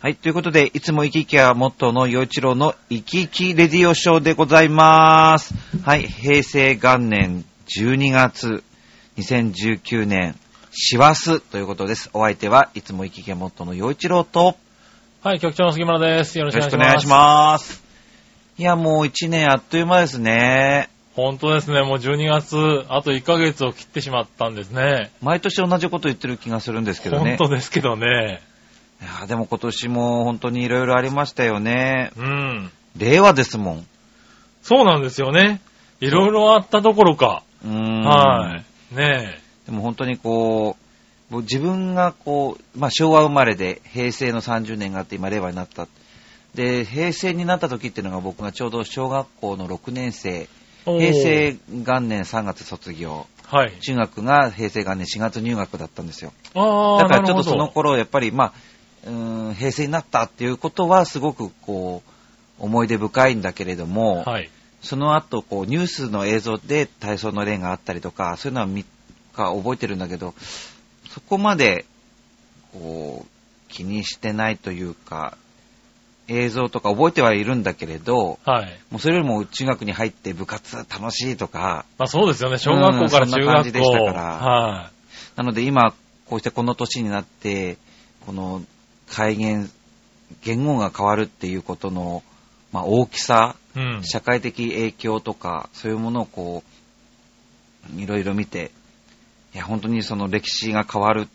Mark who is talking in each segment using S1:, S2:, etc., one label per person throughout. S1: はい、ということで、いつも生き生きはモットーの洋一郎の生き生きレディオショーでございます。はい、平成元年12月2019年、師走ということです。お相手はいつも生き生きはモットーの洋一郎と、
S2: はい、局長の杉村です。よ
S1: よ
S2: ろしくお
S1: ろ
S2: 願
S1: し
S2: い
S1: く
S2: し
S1: お願いしま
S2: ます。
S1: す。いや、もう1年あっという間ですね。
S2: 本当ですね、もう12月、あと1ヶ月を切ってしまったんですね。
S1: 毎年同じこと言ってる気がするんですけどね。
S2: 本当ですけどね。
S1: いや、でも今年も本当にいろいろありましたよね。
S2: うん。
S1: 令和ですもん。
S2: そうなんですよね。いろいろあったどころか。
S1: うーん。
S2: はい。ね
S1: でも本当にこう、もう自分がこう、まあ昭和生まれで平成の30年があって今令和になった。で、平成になった時っていうのが僕がちょうど小学校の6年生、
S2: え。お
S1: 平。
S2: ー
S1: 成元年3月卒業、
S2: はい。
S1: 中学が平成元年4月入学だったんですよ。
S2: ああ、
S1: だからちょっとそ
S2: なる
S1: の
S2: ほ
S1: 頃やっぱりまあ、うーん、平成になったっていうことはすごくこう、思い出深いんだけれども、
S2: どはい。
S1: その後、こう、ニュースの映像で体操の例があったりとか、そういうのは見か覚えてるんだけど、そこまで、こう、気にしてないというか、映像とか覚えてはいるんだけれど、
S2: はい。
S1: もうそれよりも中学に入って部活楽しいとか、
S2: まあそうですよね、小学校から
S1: うんそ
S2: 中
S1: んな
S2: 学校。
S1: 感じでしたから
S2: は
S1: なので今、こうしてこの年になって、この改元、言語が変わるっていうことの、まあ、大きさ、
S2: い。うん。
S1: 社会的影響とか、そういうものをこう、いろいろ見て、いや、本当にその歴史が変わる、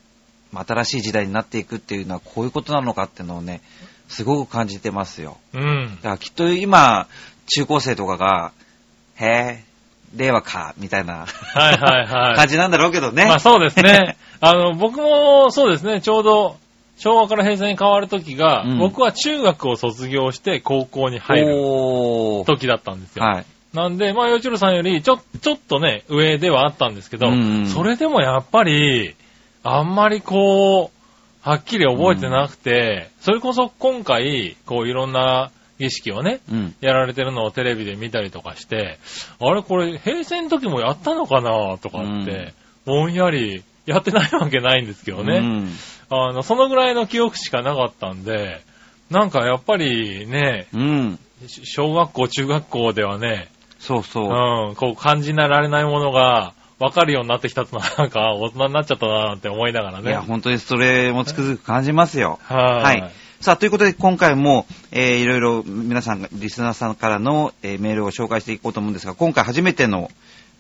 S1: まあ新しい時代になっていくっていうのはこういうことなのかっていうのをね、すごく感じてますよ。
S2: うん
S1: だ。からきっと今、中高生とかが、へぇ、令和か、みたいな
S2: はいはいはい。
S1: 感じなんだろうけどね。
S2: まあそうです ね。あの、僕もそうですね、ちょうど昭和から平成に変わる時が、
S1: うん
S2: 僕は中学を卒業して高校に入る
S1: おー。
S2: 時だったんですよ。
S1: はい。
S2: なんで、まあ、よちろさんよりちょ、ちょっとね、上ではあったんですけど、
S1: うん
S2: それでもやっぱり、あんまりこう、はっきり覚えてなくて、それこそ今回、こういろんな儀式をね、
S1: うん。
S2: やられてるのをテレビで見たりとかして、あれこれ平成の時もやったのかなとかって、ぼんやりやってないわけないんですけど
S1: う
S2: ね、
S1: ん
S2: あの、そのぐらいの記憶しかなかったんで、なんかやっぱりね、
S1: うん。
S2: し小学校、中学校ではね、
S1: そうそうう。
S2: ん、こう感じられないものが分かるようになってきたとなんか大人になっちゃったなって思いながら
S1: いや、
S2: ね。
S1: 本当にそれもつくづく感じますよ。
S2: は
S1: はい。さあ、ということで今回も、えーいろいろ皆さんが、リスナーさんからの、えーメールを紹介していこうと思うんですが、今回初めての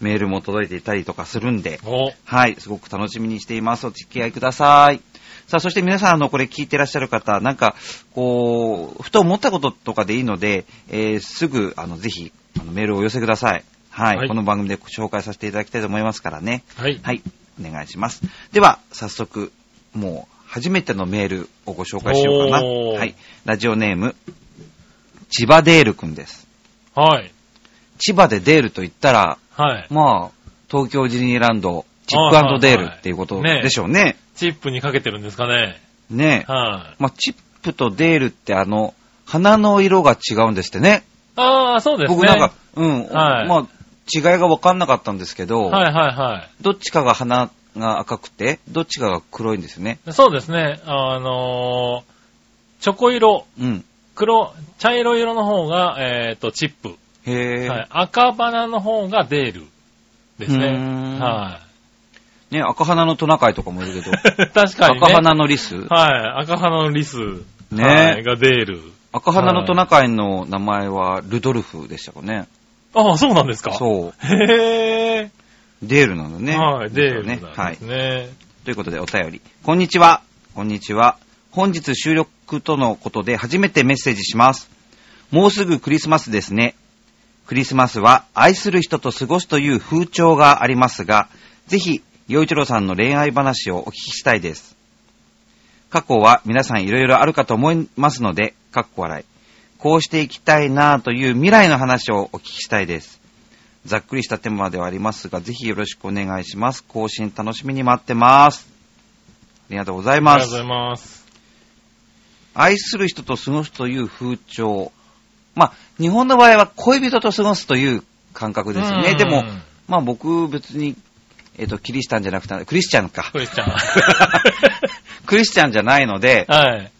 S1: メールも届いていたりとかするんで、
S2: お、
S1: はい、すごく楽しみにしています。お付き合いください。さあ、そして皆さん、あの、これ聞いてらっしゃる方、なんか、こう、ふと思ったこととかでいいので、えーすぐ、あの、ぜひ、あのメールをお寄せください。はい、
S2: はい
S1: この番組で紹介させていただきたいと思いますからね。
S2: はい。
S1: はい、お願いします。では、早速、もう、初めてのメールをご紹介しようかな。
S2: おー
S1: はい、ラジオネーム、千葉デールくんです。
S2: はい。
S1: 千葉でデールと言ったら、
S2: はい。
S1: まあ、東京ジニーランド、チ
S2: あ
S1: ッ
S2: ーはい
S1: プデールっていうこと
S2: ね
S1: でしょうね。
S2: チップにかけてるんですかね。
S1: ね
S2: はい。
S1: まあ、チップとデールってあの、花の色が違うんですってね。
S2: ああ、そうですね。
S1: 僕なんか、うん、
S2: はい
S1: まあ、違いが分かんなかったんですけど、
S2: はいはいは
S1: どっちかが花が赤くて、どっちかが黒いんですよね。
S2: い。そうですね。あのー、チョコ色、
S1: うん。
S2: 黒、茶色色の方が、えっ、と、チップ、
S1: へえ、
S2: はい。赤花の方がデールです
S1: う
S2: ね
S1: ーん。
S2: は
S1: ね、赤花のトナカイとかもい るけど、
S2: い。確かに、ね。
S1: 赤花のリス、
S2: はい。赤花のリス、
S1: ね
S2: はい、がデール。
S1: 赤花のトナカイの名前はルドルフでしたかね。
S2: ああ、そうなんですかう。
S1: そう。
S2: へ
S1: デールなの
S2: え。
S1: ね。
S2: はい、デール
S1: ね。
S2: な
S1: は
S2: んで
S1: い
S2: す。ね。
S1: ということでお便り。こんにちは。こんにちは。本日収録とのことで初めてメッセージします。もうすぐクリスマスですね。クリスマスは愛する人と過ごすという風潮がありますが、ぜひ、洋一郎さんの恋愛話をお聞きしたいです。過去は皆さんいろいろあるかと思いますので、かっこ笑い。こうしていきたいなぁという未来の話をお聞きしたいです。ざっくりしたテーマではありますが、ぜひよろしくお願いします。更新楽しみに待ってます。ありがとうござい
S2: あり
S1: ま
S2: がとうご
S1: す
S2: ざい。ます。
S1: 愛する人と過ごすという風潮。まあ、日本の場合は恋人と過ごすという感覚ですよ
S2: う
S1: ね。
S2: ん
S1: でも、まあ僕別に、えっ、と、キリシタンじゃなくて、クリス チャンか。
S2: クリスチャン。
S1: クリスチャンじゃないので、
S2: はい。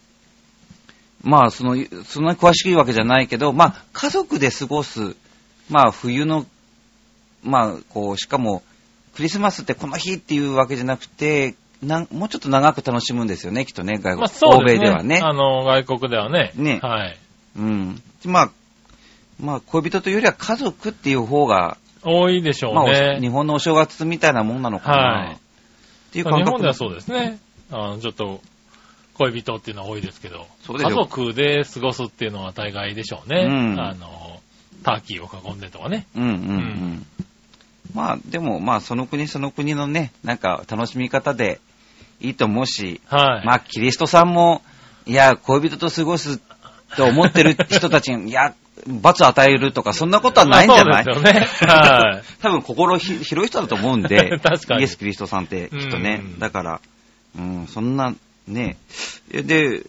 S1: まあ、その、そんなに詳しいわけじゃないけど、まあ、家族で過ごす、まあ、冬の、まあ、こう、しかも、クリスマスってこの日っていうわけじゃなくて、なんもうちょっと長く楽しむんですよね、きっとね、外国、
S2: まあそうです
S1: 欧米ではね。
S2: あの、外国ではね。
S1: ね
S2: はい。
S1: うん。まあ、まあ、恋人というよりは家族っていう方が、
S2: 多いでしょう
S1: まあ、お日
S2: ね。
S1: 本のお正月みたいなもんなのかな。
S2: はい
S1: っていう
S2: まあ
S1: 感
S2: 日
S1: 覚
S2: 本ではそうですね。あの、ちょっと、恋人っていうのは多いですけど、
S1: そうで
S2: 家
S1: しょう
S2: 族で過ごすっていうのは大概でしょうね。
S1: うん
S2: あの、ターキーを囲んでとかね。
S1: うんうんうん。
S2: ん
S1: まあ、でも、まあ、その国その国のね、なんか楽しみ方でいいと思うし、
S2: はい。
S1: まあ、キリストさんも、いや、恋人と過ごすと思ってる人た ちに、いや、罰を与えるとか、そんなことはないんじゃない、
S2: まあそうですよね。はい。
S1: 多分心ひ広い人だと思うんで、
S2: 確かに
S1: イエス・キリストさんって、きっとね
S2: う。ん
S1: だから、うん、そんな、ね。えで、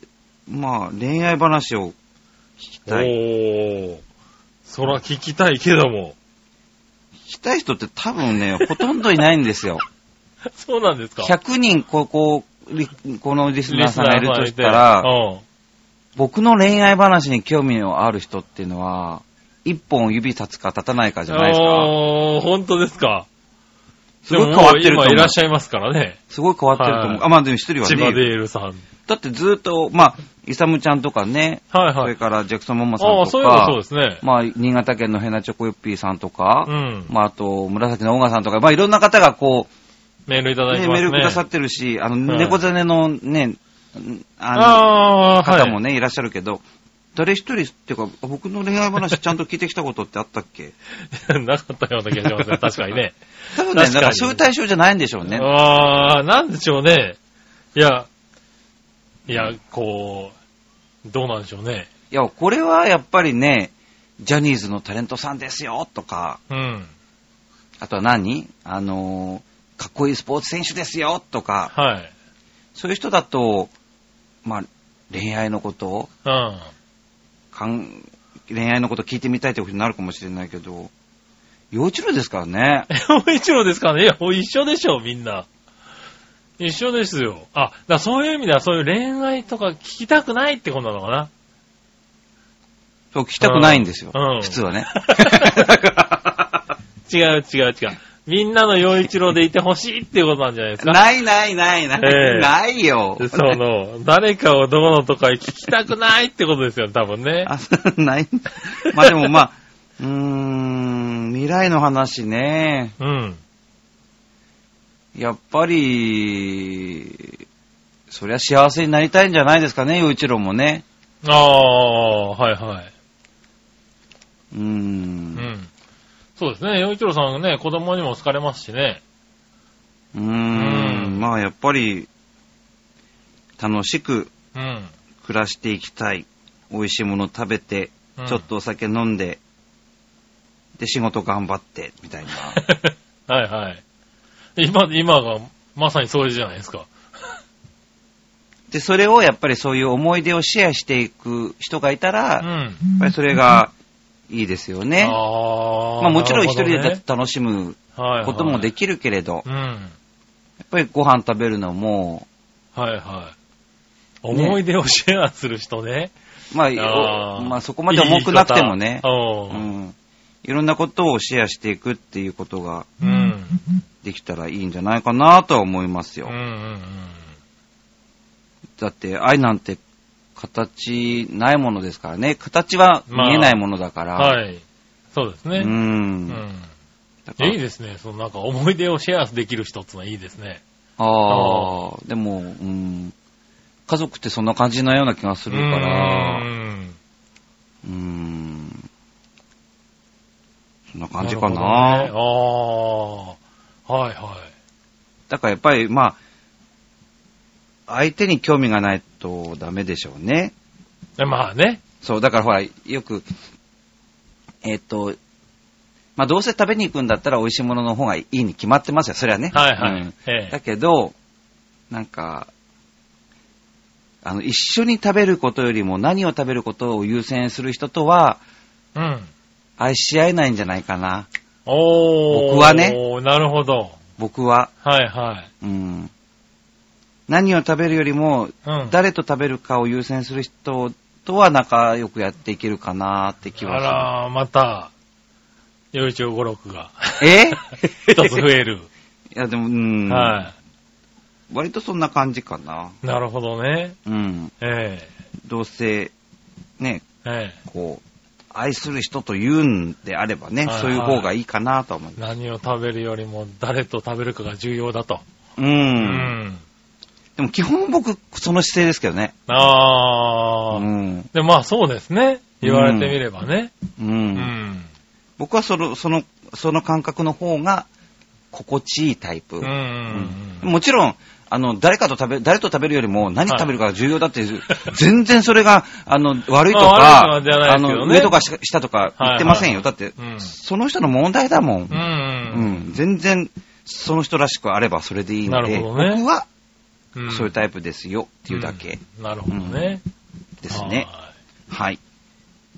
S1: まあ、恋愛話を聞きたい。
S2: おー。そら聞きたいけ ども。
S1: 聞きたい人って多分ね、ほとんどいないんですよ。
S2: そうなんですか。
S1: 100人、ここ、リこのリスナーさんがいるとした
S2: リスナーさ
S1: ら、
S2: んがいて
S1: 僕の恋愛話に興味のある人っていうのは、一本指立つか立たないかじゃないですか。
S2: うん。おー、本当ですか。
S1: すごい変わってると思う
S2: でもも今いらっしゃいますからね。
S1: すごい変わってると思う。
S2: はい
S1: あ、まあでも一人は
S2: 千
S1: ね
S2: 葉
S1: いる、
S2: デールさん。はい
S1: だってずっと、まあ、イサムちゃんとかね、そ
S2: は
S1: れ
S2: い。
S1: からジャクソンママさん
S2: ああ、
S1: と
S2: そういえばそう
S1: か
S2: で、すね。
S1: まあ、新潟県のヘナチョコヨッピーさんとか、
S2: うん。
S1: まあ、あと、紫のオガさんとか、まあ、いろんな方がこ
S2: メールいた
S1: う、
S2: だい
S1: ね、
S2: てま
S1: メ
S2: す
S1: ー
S2: ね。
S1: ルくださってるし、あの、
S2: はい
S1: 猫背のね、あ
S2: あ
S1: の、
S2: あー、
S1: 方
S2: はい。
S1: もね、いらっしゃるけど、誰一人っていうか、僕の恋愛話ちゃんと聞いてきたことってあったっけ
S2: なかったような気が しますね。確かにね。
S1: 多分
S2: 確
S1: ね、
S2: か
S1: なん
S2: に
S1: かそういう対象じゃないんでしょうね。
S2: ああ、なんでしょうね。いや、いや、こう、どうなんでしょうね。
S1: いや、これはやっぱりね、ジャニーズのタレントさんですよ、とか、
S2: うん。
S1: あとは何あのー、かっこいいスポーツ選手ですよ、とか、
S2: はい。
S1: そういう人だと、まあ、恋愛のことを、
S2: うん。
S1: かん恋愛のこと聞いてみたいということになるかもしれないけど、幼稚園ですからね。
S2: 一郎ですかねいや、もう一緒でしょ、みんな。一緒ですよ。あ、だからそういう意味では、そういう恋愛とか聞きたくないってことなの かな
S1: そう、聞きたくないんですよ。
S2: うんうん
S1: 普通はね。
S2: 違う違う違う。みんなの洋一郎でいてほしいっていうことなんじゃ ないですか。
S1: ないないないない、
S2: ええ
S1: ないよ。
S2: その、誰かをどうのとか聞きたくないってことですよね、多分ね。
S1: あ、そうない。 まあでもまあ、うーん、未来の話ね。
S2: うん。
S1: やっぱり、そりゃ幸せになりたいんじゃないですかね、洋一郎もね。
S2: ああ、はいはい。
S1: うー。
S2: うんん。そうですね、洋一郎さんはね、子供にも好かれますしね。
S1: うーん。
S2: うん
S1: まあやっぱり、楽しく
S2: うん。
S1: 暮らしていきたい。美味しいもの食べて、
S2: うん
S1: ちょっ。とお酒飲んで、で、仕事頑張って、みたいな。
S2: はいはい。今、今がまさにそうじゃないですか。
S1: で、それをやっぱりそういう思い出をシェアしていく人がいたら、
S2: う
S1: やっ
S2: ん。
S1: ぱりそれがいいですよね。
S2: あー
S1: まあもちろん一人で
S2: なるほどね
S1: 楽しむ
S2: はいはい
S1: こともできるけれど、
S2: うん。は
S1: やっぱりご飯食べるのも、
S2: いはい。思い出をシェアする人ね。
S1: ま
S2: あ
S1: あ、
S2: ー
S1: まあそこまで重くなくてもね
S2: いい、
S1: う
S2: 言い方
S1: ん、いろんなことをシェアしていくっていうことが
S2: うん。うん。
S1: できたらいいんじゃないかなとは思います
S2: うん
S1: よ。
S2: うんうん。
S1: だって愛なんて形ないものですからね、形は見えないものだから。
S2: はい。そうです
S1: う。
S2: ね。うんん。
S1: だから
S2: いいですね。そのなんか思い出をシェアできる人ってのはいいですね。
S1: ああ、でも、うん、家族ってそんな感じなような気がするから、
S2: うん。
S1: うん、そんな感じかな。
S2: るほどねああ。はいは
S1: だからやっぱり、まあ、相手に興味がないとダメでしょうね。
S2: い。えまあね。
S1: そう、だからほら、よく、えっ、と、まあどうせ食べに行くんだったら美味しいものの方がいいに決まってますよ、それはね。
S2: はいは
S1: うん
S2: い。え
S1: だ
S2: え。
S1: けど、なんか、あの、一緒に食べることよりも何を食べることを優先する人とは
S2: うん。
S1: 愛し合えないんじゃないかな。
S2: おー。
S1: 僕はね。
S2: なるほど。
S1: 僕は。
S2: はいはい。
S1: うん。何を食べるよりも
S2: うん。
S1: 誰と食べるかを優先する人とは仲良くやっていけるかなって気
S2: あ
S1: は
S2: らー、また、よいちょう5、6が、
S1: する。え
S2: 一つ増える。
S1: いや、でも、うん、
S2: は
S1: 割とそんな感じかな。
S2: い。なるほどね。
S1: うん。
S2: え
S1: どうせ、ね、
S2: ええ
S1: こう、愛する人と言うんであればね、
S2: はいはい
S1: そういう方がいいかなとは思う
S2: え。何を食べるよりも、誰と食べるかが重要だと。
S1: うん。
S2: うん。
S1: でも基本僕、その姿勢ですけどね。
S2: ああ、
S1: うん。
S2: で、まあそうですね。言われてみればね。
S1: う
S2: うん。
S1: ん。僕はその、その、その感覚の方が、心地いいタイプ。
S2: うん。うん
S1: もちろん、あの、誰かと食べ、誰と食べるよりも何食べるかが重要だっていう、全然それが、あの、悪いと
S2: ま
S1: か、
S2: あ悪いとかじゃないですけど
S1: の、
S2: ね
S1: 上とかし下とか言ってませんよ。
S2: はい
S1: だ
S2: は
S1: って、
S2: うん
S1: その人の問題だもん。
S2: う。
S1: うんん。全然、その人らしくあればそれでいいん
S2: な
S1: で、
S2: るほどね
S1: 僕は
S2: うん。
S1: そういうタイプですよっていうだけ
S2: うん。なるほどね。
S1: ですね。
S2: はい
S1: はい。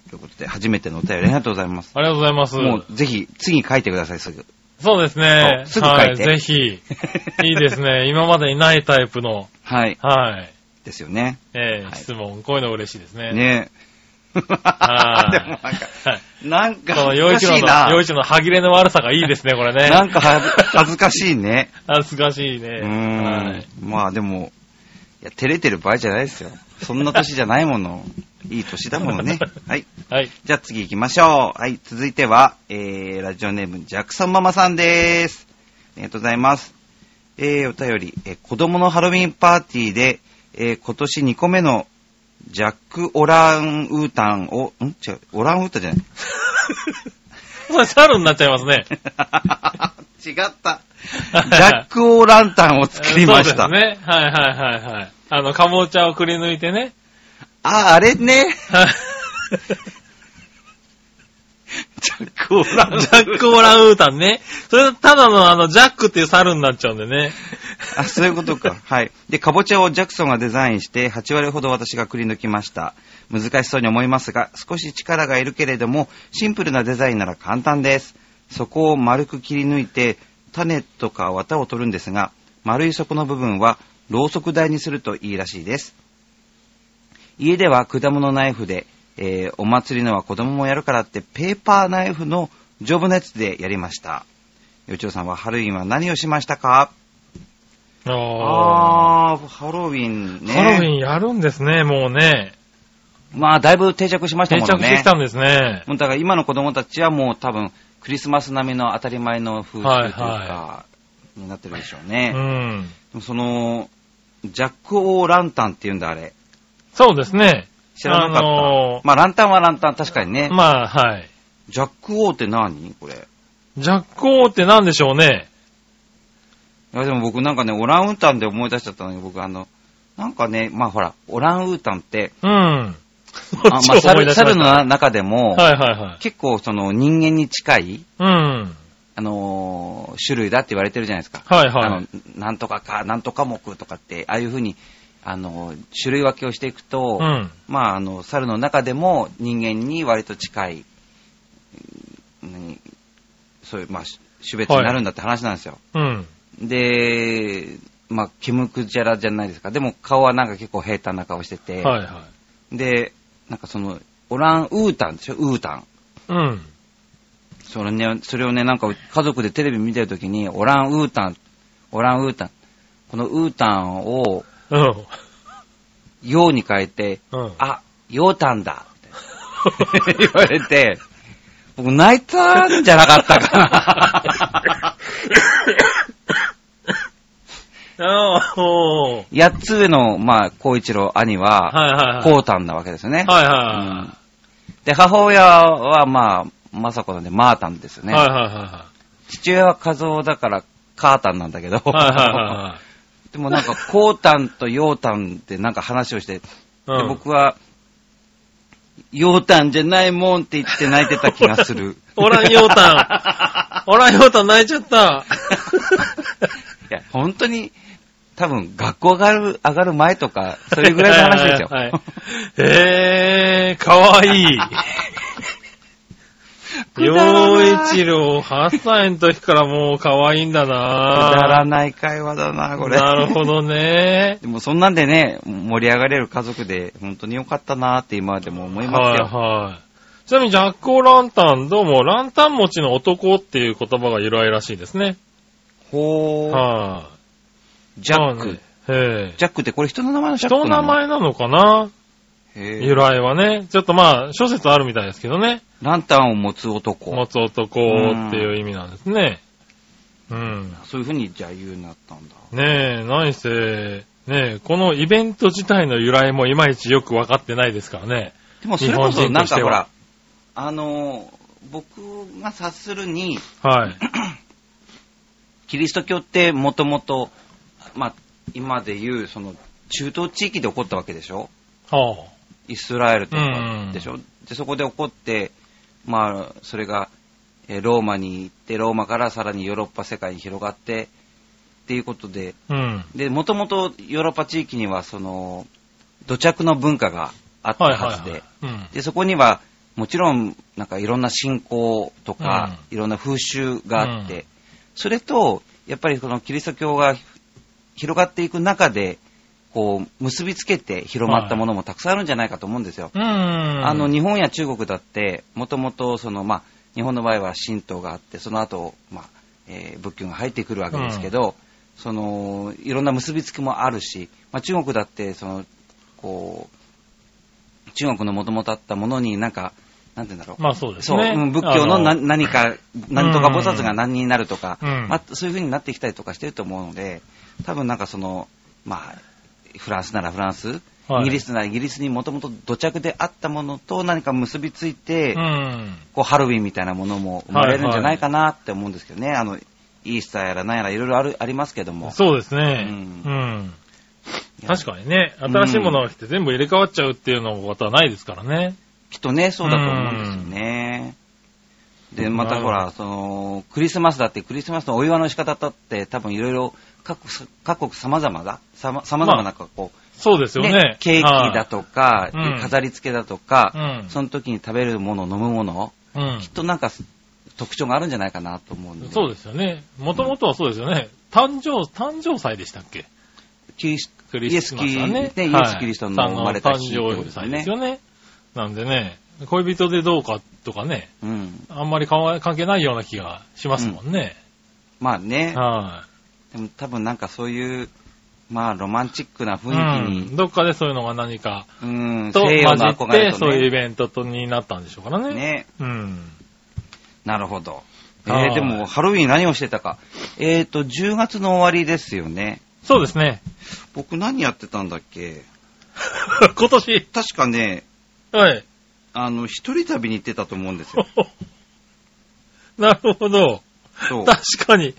S1: ということで、初めてのお便りありがとうございます。
S2: ありがとうございます。
S1: もう、ぜひ、次に書いてください、すぐ。
S2: そうです
S1: そ
S2: ね。
S1: うすぐ書いて
S2: は い、ぜひ。いいですね。今までにないタイプの、
S1: はい。
S2: はい。
S1: ですよね。
S2: ええ
S1: はい
S2: 質問。こういうの嬉しいですね。
S1: ね え。でも
S2: はい
S1: なんか、
S2: はい
S1: なんか
S2: この、
S1: 恥ず
S2: 洋
S1: か
S2: 一
S1: し
S2: 郎
S1: い
S2: の、
S1: な。
S2: 洋一郎の歯切れの悪さがい いですね、これね。
S1: なんかはず恥ずかしいね。
S2: 恥ずかしいうね。
S1: ー
S2: は
S1: ん
S2: い。。
S1: まあでも、いや、照れてる場合じゃないですよ。そんな年じゃないもの。いい年だもの ね。はい。
S2: はい。
S1: じゃあ次行きましょう。はい。続いては、えー、ラジオネーム、ジャクソンママさんです。ありがとうございます。えー、お便り、えー子供のハロウィンパーティーで、えー今年2個目のジャック・オランウータンを、ん違う、オランウータンじゃない。
S2: これ、猿になっちゃいますね。
S1: 違 った。ジャック・オーランタンを作りました。
S2: そうですね。はいはいはいはい。あの、かぼちゃをくり抜いてね。
S1: あ、あれね。
S2: はい
S1: ジャック・オーラン
S2: ジャック・オランウータンね。それ、ただのあの、ジャックっていう猿になっちゃうんでね。
S1: あ、そういうことか。はい。で、かぼちゃをジャクソンがデザインして、8割ほど私がくり抜きました。難しそうに思いますが、少し力がいるけれども、シンプルなデザインなら簡単です。そこを丸く切り抜いて、種とか綿を取るんですが、丸い底の部分は、ろうそく台にするといいらしいです。家では果物ナイフで、えーお祭りのは子供もやるからって、ペーパーナイフの丈夫なやつでやりました。よちおさんはハロウィンは何をしましたか
S2: あ
S1: あー、ハロウィンね。
S2: ハロウィンやるんですね、もうね。
S1: まあ、だいぶ定着しました
S2: 定
S1: もんね。
S2: 着してきたんですね。
S1: もうだから今の子供たちはもう多分、クリスマス並みの当たり前の風習というか、
S2: はいは
S1: になってるでしょう
S2: う
S1: ね。
S2: ん。
S1: でもその、ジャック・オー・ランタンっていうんだ、あれ。
S2: そうですね。
S1: 知らなかった。
S2: あのー
S1: まあ、ランタンはランタン、確かにね。
S2: まあ、はい。
S1: ジャック・オーって何これ。い
S2: ジャック・オーって何でしょうね。
S1: や、でも僕なんかね、オランウータンで思い出しちゃったのに、僕あの、なんかね、まあほら、オランウータンって、
S2: うん。
S1: あまあ、
S2: そ っちを思
S1: 猿
S2: い出しま
S1: 猿
S2: した
S1: の中でも、
S2: はいはいはい。
S1: 結構その人間に近い、
S2: うん。
S1: あのー種類だって言われてるじゃないですか。
S2: はい
S1: あ
S2: は
S1: の
S2: い。、
S1: なんとかか、なんとか目とかって、ああいうふうに、あのー種類分けをしていくと、
S2: うん。
S1: まあ、あの、猿の中でも人間に割と近い、うん何そういう、まあ、し種別になるんだって話なんですよ。
S2: うん。
S1: で、まあ、ケムクジャラじゃないですか。でも顔はなんか結構平坦な顔してて、
S2: はいは
S1: で、なんかその、オランウータンでしょ、ウータン。
S2: い。うん。
S1: それね、それをね、なんか家族でテレビ見てるときに、オランウータン、オランウータン、このウータンを、
S2: うん。
S1: ヨウに変えて、
S2: うん。
S1: あ、ヨウタンだ、みたいな言われて、僕泣いたんじゃなかったかな。
S2: あーおー
S1: 八つ上の、まあ、孝一郎兄は、
S2: はいはいはい。
S1: コウタンなわけですよね。
S2: はいは
S1: うんで、母親は、まあ、まさこなんで、マータンですよ
S2: いはい。
S1: ね。
S2: はいはいは
S1: 父親はカズオだから、カータンなんだけど、
S2: い。はいは
S1: でもなん か、コウタンとヨウタンってなんか話をして、
S2: いはい。
S1: で僕は、ヨウタンじゃないもんって言って泣いてた気がす る。
S2: オランヨータ ン。オランヨータン泣いちゃった。
S1: いや、本当に、多分、学校上がる、上がる前とか、それぐらいの話ですよ。
S2: はいはいはい。えー、かわいい。
S1: くだらない
S2: 洋一郎8歳の時からもう可愛いんだな
S1: くだらない会話だな、これ。
S2: なるほどね。
S1: でもそんなんでね、盛り上がれる家族で、本当に良かったなって今でも思います
S2: はい
S1: よ。
S2: はい。ちなみにジャックオーランタン、どうも、ランタン持ちの男っていう言葉が由来らしいですね。
S1: ほー、
S2: は
S1: ジャッ
S2: まあね
S1: ク。
S2: い。へえ。
S1: ジャックってこれ人の名前のジャッ
S2: 人の
S1: クな
S2: 名
S1: の
S2: 前なのかな
S1: へー
S2: 由来はね。ちょっとまあ、諸説あるみたいですけどね。
S1: ランタンを持つ男。
S2: 持つ男っていう意味なんですね。うん。
S1: そういう風にじゃあ言うようになったんだ。
S2: ねえ、何せ、ねえ、このイベント自体の由来もいまいちよくわかってないですからね。
S1: でもそれこ
S2: 日
S1: そ
S2: 本人
S1: なん
S2: とし
S1: か
S2: ては
S1: ほら、あのー、僕が察するに、
S2: はい。
S1: キリスト教ってもともと、まあ、今で言う、その、中東地域で起こったわけでしょ
S2: は
S1: イスラエルと
S2: うんう
S1: か
S2: ん
S1: でしょ、で、そこで起こって、まあ、それが、えーローマに行って、ローマからさらにヨーロッパ世界に広がって、っていうことで、
S2: あ。うん。
S1: で、もともとヨーロッパ地域には、その、土着の文化があった
S2: はい
S1: はずで、
S2: はい、はい。うん。
S1: で、そこには、もちろん、なんかいろんな信仰とか、いろんな風習があって、
S2: う
S1: それと、やっぱりこのキリスト教が広がっていく中で、こう、結びつけて広まったものもたくさんあるんじゃないかと思うんですよ。
S2: うん。あ
S1: あの、日本や中国だって、もともと、その、まあ、日本の場合は神道があって、その後、まあ、えー仏教が入ってくるわけですけど、その、いろんな結びつきもあるし、まあ、中国だって、その、こう、中国のもともとあったものになんか、なんて言うんだろう。
S2: まあそうです
S1: そう、
S2: ね。
S1: うん仏教の
S2: あ
S1: な何か、何とか菩薩が何になるとか、
S2: うん
S1: まあ、そういう風になってきたりとかしてると思うので、多分なんかその、まあ、フランスならフランス、
S2: はい
S1: イギリスならイギリスにもともと土着であったものと何か結びついて、
S2: うん。
S1: こうハロウィンみたいなものも生まれるんじゃないかなって思うんですけどね、あの、イースターやら何やらいろいろあるありますけども。
S2: そうですね。
S1: う
S2: うんん。
S1: いや
S2: 確かにね、新しいものが来て全部入れ替わっちゃうっていうのことはないですからね。
S1: きっとね、そうだと思うんですよね。で、またほ
S2: なる
S1: ら、その、クリスマスだって、クリスマスのお祝いの仕方だって、多分いろいろ各国、各国様々だ、様様々な、こ
S2: そうです
S1: う、
S2: よね。
S1: ケーキだとか、
S2: うん
S1: 飾り付けだとか、
S2: はい。うん。
S1: その時に食べるもの、飲むもの、
S2: うん
S1: きっとなんか特徴があるんじゃないかなと思うんで。
S2: そうですよね。もともとはそうですよね。誕生、誕生祭でしたっけ
S1: キリス
S2: クリスマスは
S1: イ
S2: ね。
S1: エスキリね
S2: はい
S1: イエスキリストの生まれた日ってこと
S2: 誕
S1: です
S2: 生
S1: ね
S2: 祭ですよね。なんでね、恋人でどうかとかね、
S1: うん。
S2: あんまりかわ関係ないような気がしますもんね。
S1: まあね、
S2: は、
S1: でも多分なんかそういう、まあロマンチックない雰囲気に
S2: うんどっかでそういうのが何か
S1: うん、
S2: と
S1: 西洋
S2: 混じ
S1: の
S2: っ
S1: 憧
S2: て、
S1: れ
S2: そ
S1: と
S2: ういうイ
S1: ね。
S2: ベントとになったんでしょうからね。
S1: ね。
S2: うん。
S1: なるほど。え
S2: は
S1: ー、
S2: い
S1: でも、ハロウィン何をしてたか。えーと、10月の終わりですよね。
S2: そうですね。
S1: 僕何やってたんだっけ
S2: 今年。
S1: 確かね、
S2: はい。
S1: あの、一人旅に行ってたと思うんですよ。
S2: なるほど。
S1: そう。
S2: 確かに。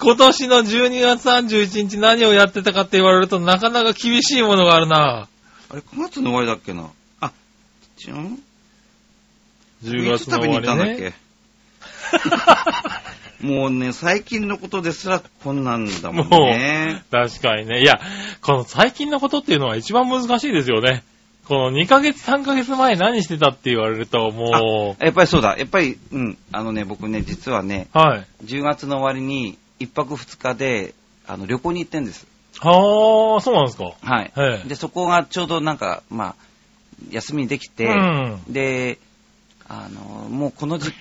S2: 今年の12月31日何をやってたかって言われるとなかなか厳しいものがあるな。
S1: あれ、9月の終わりだっけな。あ、違う
S2: 10月の
S1: いつ食べに
S2: 終
S1: 行
S2: わ
S1: ったん
S2: り
S1: だっ
S2: ね。
S1: けもうね、最近のことですらこんなんだもんね。
S2: 確かにね。いや、この最近のことっていうのは一番難しいですよね。この2ヶ月3ヶ月前何してたって言われるとも
S1: やっぱりそうだ。やっぱり、うん。あのね、僕ね、実はね、
S2: う、はい。
S1: 10月の終わりに1泊2日であの旅行に行ってんです。
S2: はあ、そうなんですか。
S1: はい。
S2: はい
S1: で、そこがちょうどなんか、まあ、休みにできて、
S2: うん
S1: で、あの、もうこの時、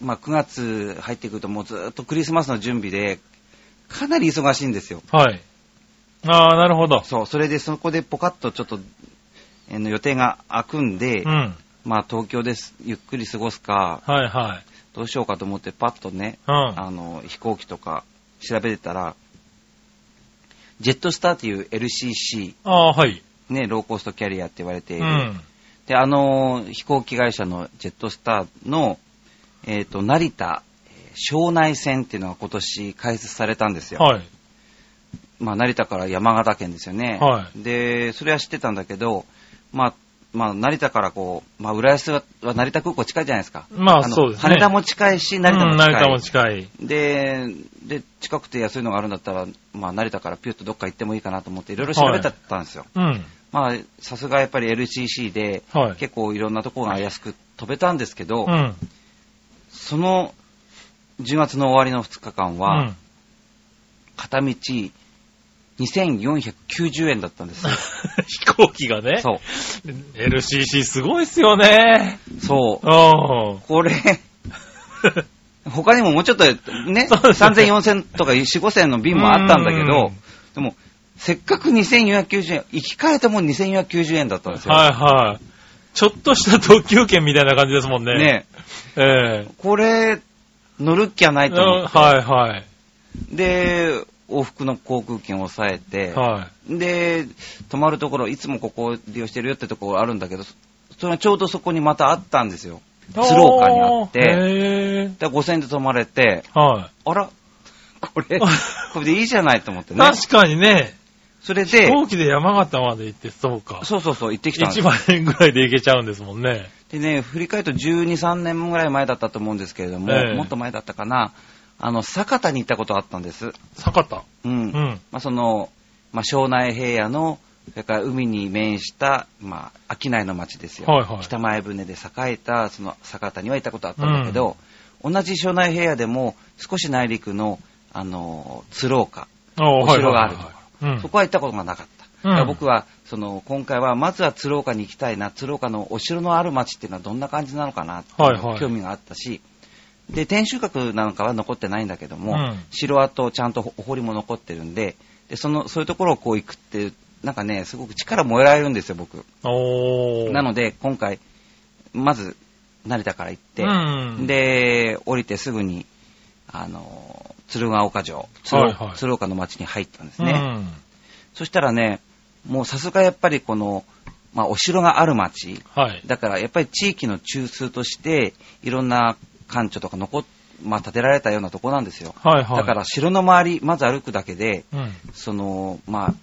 S1: まあ、9月入ってくるともうずーっとクリスマスの準備で、かなり忙しいんですよ。
S2: はい。ああ、なるほど。
S1: そう、それでそこでポカッとちょっと、えーの予定が開くんで、
S2: うん。
S1: まあ、東京です、ゆっくり過ごすか、
S2: はいはい。
S1: どうしようかと思って、パッとね、
S2: うん。
S1: あの、飛行機とか調べてたら、ジェットスターっていう LCC、
S2: ああ、はい。
S1: ね、ローコストキャリアって言われていうる、
S2: ん。
S1: で、あのー飛行機会社のジェットスターの、えっ、と、成田、えー庄内線っていうのが今年開設されたんですよ。
S2: はい。
S1: まあ、成田から山形県ですよね。
S2: は
S1: で、それは知ってたんだけど、まあ、まあ、成田からこう、まあ、浦安はは成田空港近いじゃないですか。
S2: まあ
S1: の
S2: そうですね
S1: 羽田も近いし、成田も近い。
S2: うん成田も近い。
S1: で、で、近くて安いのがあるんだったら、まあ、成田からピュッとどっか行ってもいいかなと思って、いろいろ調べてたんですよ。
S2: うん。
S1: まあ、さすがやっぱり LCC で、
S2: はい。
S1: 結構いろんなところが安く飛べたんですけど、
S2: うん。
S1: その10月の終わりの2日間
S2: う
S1: は
S2: ん、
S1: 片道2490円だったんですよ。
S2: 飛行機がね。
S1: そ
S2: LCC すごいっすよね。
S1: う。そうう。
S2: ん。
S1: これ、他にももうちょっとね、
S2: そうですね
S1: 3000、4000とか4、5000の便もあったんだけ
S2: う
S1: ど
S2: ん、
S1: でも、せっかく2490円、生き換えても2490円だったんですよ。
S2: はいはい。ちょっとした特急券みたいな感じですもんね。
S1: ね
S2: ええ
S1: これ、乗るっきゃないと
S2: うん
S1: 思って。
S2: はいはい。
S1: で、往復の航空券を抑えて、
S2: は
S1: で、泊まるところ、いつもここを利用してるよってところあるんだけど、そそれがちょうどそこにまたあったんですよ。
S2: い。
S1: 鶴岡にあって
S2: へえ
S1: で、5000円で泊まれて、
S2: は
S1: あら、こ れ、
S2: い。
S1: これでいいじゃないと思ってね。
S2: 確かにね、
S1: それ
S2: 飛
S1: で、
S2: 行機で山形まで行って、そうか。
S1: そうそうそう、行ってきたんです
S2: 1万円ぐらいで行けちゃうんですもんね。
S1: でね、振り返ると12、3年ぐらい前だったと思うんですけれども、
S2: ええ
S1: もっと前だったかな、あの、酒田に行ったことあったんです。
S2: 坂田。
S1: うん。
S2: うん。
S1: まあ、その、まあ、庄内平野の、それから海に面した、まあ、商いの町ですよ。
S2: はいはい。
S1: 北前船で栄えた、その酒田には行ったことあったんだけど、同じ庄内平野でも、少し内陸の、あの、鶴岡、
S2: お
S1: お城があるとこ
S2: ろ。うん
S1: そ。こは行ったことがなかった。だから
S2: うん
S1: 僕は、その、今回は、まずは鶴岡に行きたいな、鶴岡のお城のある町っていうのはどんな感じなのかな、
S2: はいはい
S1: 興味があったし、で、天守閣なんかは残ってないんだけども、
S2: うん
S1: 城跡、ちゃんとお堀も残ってるんで、で、その、そういうところをこう行くっていう、なんかね、すごく力もらえるんですよ、僕。
S2: おー。
S1: なので、今回、まず、成田から行って、
S2: うん。、
S1: で、降りてすぐに、あの、鶴岡城、鶴,、
S2: はいはい
S1: 鶴岡の町に入ったんです
S2: う
S1: ね。
S2: ん。
S1: そしたらね、もうさすがやっぱりこの、まあ、お城がある町、
S2: はい。
S1: だからやっぱり地域の中枢として、いろんな館長とか残っ、まあ、建てられたようなとこなんですよ。
S2: はいはい。
S1: だから、城の周り、まず歩くだけで、
S2: うん。
S1: その、まあ、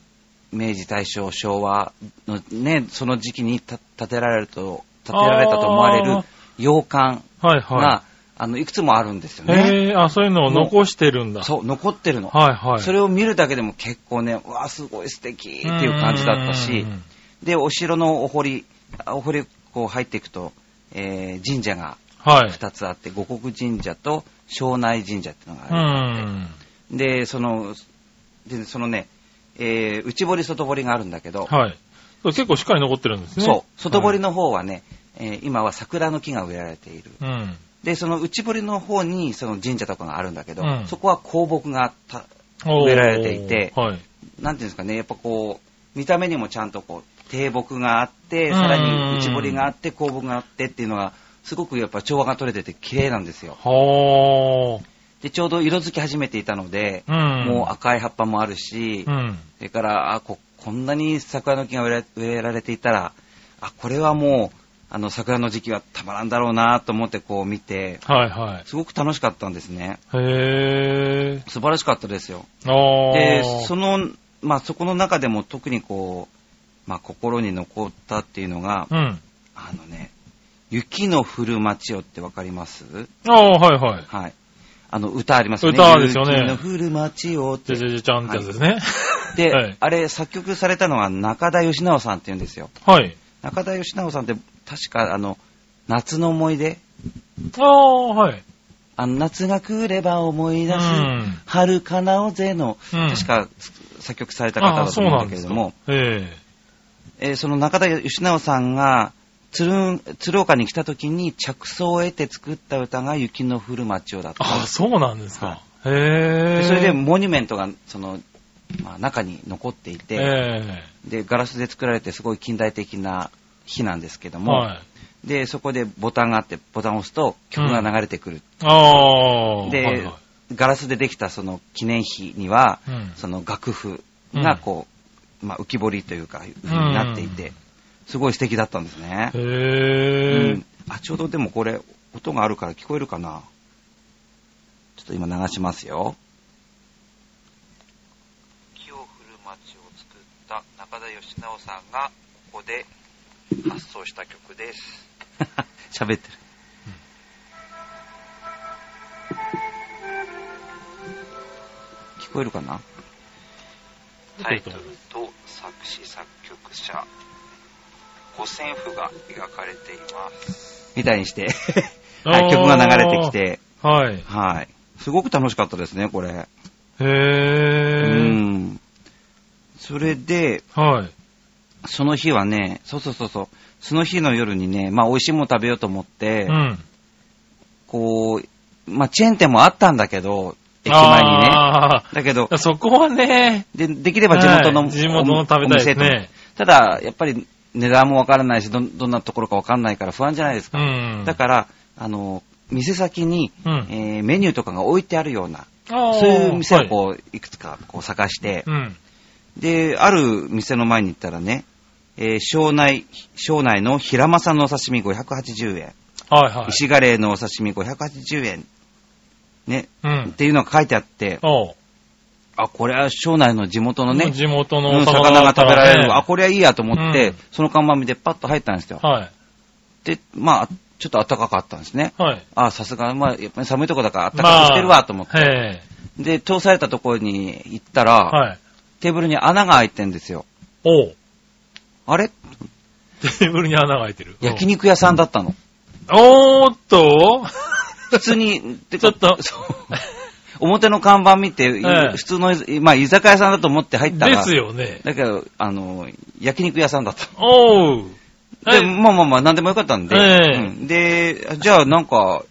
S1: 明治、大正、昭和のね、その時期にた建てられると、建てられたと思われ
S2: あ
S1: る
S2: ー
S1: 洋館
S2: はい
S1: が、
S2: はい
S1: あの、いくつもあるんですよ
S2: い。
S1: ね。
S2: へえ、あ、そういうのを残してるんだ。
S1: そう、残ってるの。
S2: はいはい。
S1: それを見るだけでも結構ね、わあ、すごい素敵っていう感じだったし
S2: うんうんう、ん
S1: で、お城のお堀、あお堀こう入っていくと、えー神社が
S2: はい。
S1: 2つあって、五国神社と庄内神社っていうの
S2: う
S1: があ
S2: ん。
S1: る。で、その、で、そのね、えー内堀、外堀があるんだけど、
S2: はい。そう結構しっかり残ってるんですね。
S1: そう、外堀の方はね、えー今は桜の木が植えられている。
S2: はい。うん。
S1: で、その内堀の方にその神社とかがあるんだけど、
S2: うん
S1: そこは香木がた、
S2: おー
S1: 植えられていて
S2: はい。
S1: なんていうんですかね、やっぱこう、見た目にもちゃんとこう、低木があって、
S2: うん
S1: さらに内堀があって、後木があってっていうのが、すごくやっぱ調和が取れてて綺麗なんですよ。
S2: は
S1: で、ちょうど色づき始めていたので、
S2: ー。うん。
S1: もう赤い葉っぱもあるし、
S2: うん。
S1: それから、あこ、こんなに桜の木が植えら植えられていたら、あ、これはもう、あの、桜の時期はたまらんだろうなと思ってこう見て、
S2: はいは
S1: すごく楽しかったんですね。
S2: い。へ
S1: 素晴らしかったですよ。
S2: ー。あー。
S1: で、その、まあ、そこの中でも特にこう、まあ、心に残ったっていうのが、
S2: うん。
S1: あのね、雪の降る街よってわかります
S2: ああ、はいはい。
S1: はい。あの、歌ありますよね。
S2: 歌ですよね
S1: 雪の降る街よっ
S2: じ
S1: て
S2: ゃ。じゃじゃじゃんってやつですね。
S1: で、
S2: はい
S1: あれ、作曲されたのは中田義直さんって言うんですよ。
S2: はい。
S1: 中田義直さんって、確か、あの、夏の思い出
S2: ああ、はい。
S1: あの、夏が来れば思いう出す、
S2: ん。
S1: 春かなおぜの、
S2: うん
S1: 確か、作曲された方
S2: ああ
S1: だと
S2: そう
S1: 思う
S2: な
S1: だ
S2: んん
S1: けれ
S2: です
S1: ど
S2: か
S1: も、
S2: え
S1: えーその中田義直さんが鶴鶴岡に来た時に着想を得て作った歌が「雪の降る町を」だっ
S2: えああ、
S1: た
S2: そうなんですか。へ
S1: で
S2: え。
S1: それでモニュメントがその、まあ、中に残っていて、
S2: え
S1: でガラスで作られてすごい近代的な日なんですけど
S2: え。
S1: も、
S2: はい。
S1: でそこでボタンがあってボタンを押すと曲が流れてくる、
S2: ああ。
S1: で、
S2: はいはい
S1: ガラスでできたその記念碑には、
S2: うん
S1: その楽譜がこう、まあ、浮き彫りというかいう風になっていて、
S2: うん
S1: すごい素敵だったんですね。
S2: へ
S1: う
S2: え
S1: ん。あ、ちょうどでもこれ、音があるから聞こえるかな。ちょっと今流しますよ。木を降る街を作った中田義直さんが、ここで発想した曲です。 喋ってる。聞こえるかなタイトルと作詞作曲者五線譜が描かれていますみたいに して、はい、曲が流れてきて、
S2: はい。
S1: はい。すごく楽しかったですね、これ。う
S2: へー。
S1: ん。それで、
S2: はい。
S1: その日はね、そうそうそうそう、その日の夜にね、まあ、美味しいもの食べようと思って、
S2: うん。
S1: こう、まあ、チェーン店もあったんだけど、駅前にね。
S2: あ
S1: だけど
S2: ー。、そこはね、
S1: でできれば地元の、
S2: はい地元の食べたいですね。
S1: おただ、やっぱり値段もわからないし、どんどんなところかわかんないから不安じゃないです
S2: う
S1: か。
S2: ん。
S1: だから、あの、店先に、
S2: うん
S1: えーメニューとかが置いてあるような、
S2: あー
S1: そういう店を
S2: は
S1: こう、いくつかこう探して、
S2: いうん。
S1: で、ある店の前に行ったらね、えー庄内、庄内の平間さんのお刺身580円、
S2: はいはい。
S1: 石ガレーのお刺身580円、ね、
S2: う
S1: っ
S2: ん。
S1: ていうのが書いてあって、
S2: おう
S1: あ、これは庄内の地元のね、
S2: 地元
S1: う
S2: の
S1: ん
S2: お
S1: 魚
S2: だ
S1: が
S2: った
S1: 食べ
S2: ね
S1: られる。あ、これはいいやと思って、
S2: うん
S1: その看板見てパッと入ったんですよ。
S2: はい。
S1: で、まあ、ちょっと暖かかったんですね。
S2: はい。
S1: あ、さすが、まあ、やっぱり寒いとこだから暖かくしてるわと思って。
S2: まあへ
S1: で、通されたところに行ったら、
S2: ーはい。
S1: テーブルに穴が開いてんですよ。
S2: おう
S1: あれ
S2: テーブルに穴が開いてる。
S1: 焼肉屋さんだったの。
S2: おーっと
S1: 普通に、て
S2: ちょ
S1: か
S2: っと、
S1: 表の看板見て、
S2: ええ
S1: 普通の、まあ、居酒屋さんだと思って入ったら、
S2: ですよね。
S1: だけど、あの、焼肉屋さんだった。
S2: おうは
S1: で、
S2: い
S1: まあまあまあ、なんでもよかったんで、
S2: ええ
S1: うんで、じゃあなんか、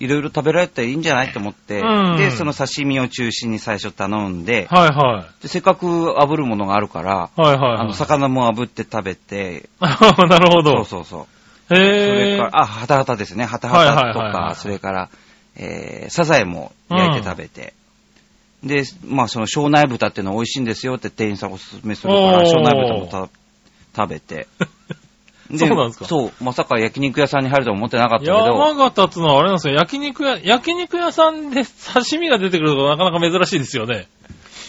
S1: いろいろ食べられたらいいんじゃないと思って、
S2: うん
S1: で、その刺身を中心に最初頼んで、
S2: はいは
S1: でせっかく炙るものがあるから、
S2: い。はいはいはい。
S1: あの、魚も炙って食べて、
S2: なるほ
S1: そう
S2: ど。
S1: そうそう。そ
S2: へ
S1: れ
S2: え。
S1: から、あ、ハタハタですね。ハタハタと
S2: はいはいはいは
S1: か、
S2: い
S1: それから、えー、サザエも焼いて食べて。で、まあ、その、庄内豚っていうの美味しいんですよって店員さんおすすめするか
S2: お
S1: ら、
S2: ー
S1: 庄内豚もた食べ て。
S2: そうなんですか
S1: そう、まさか焼肉屋さんに入るとは思ってなかったけど、
S2: 山形ってのはあれなんですよ。焼肉屋、焼肉屋さんで 刺身が出てくるとなかなか珍しいですよね。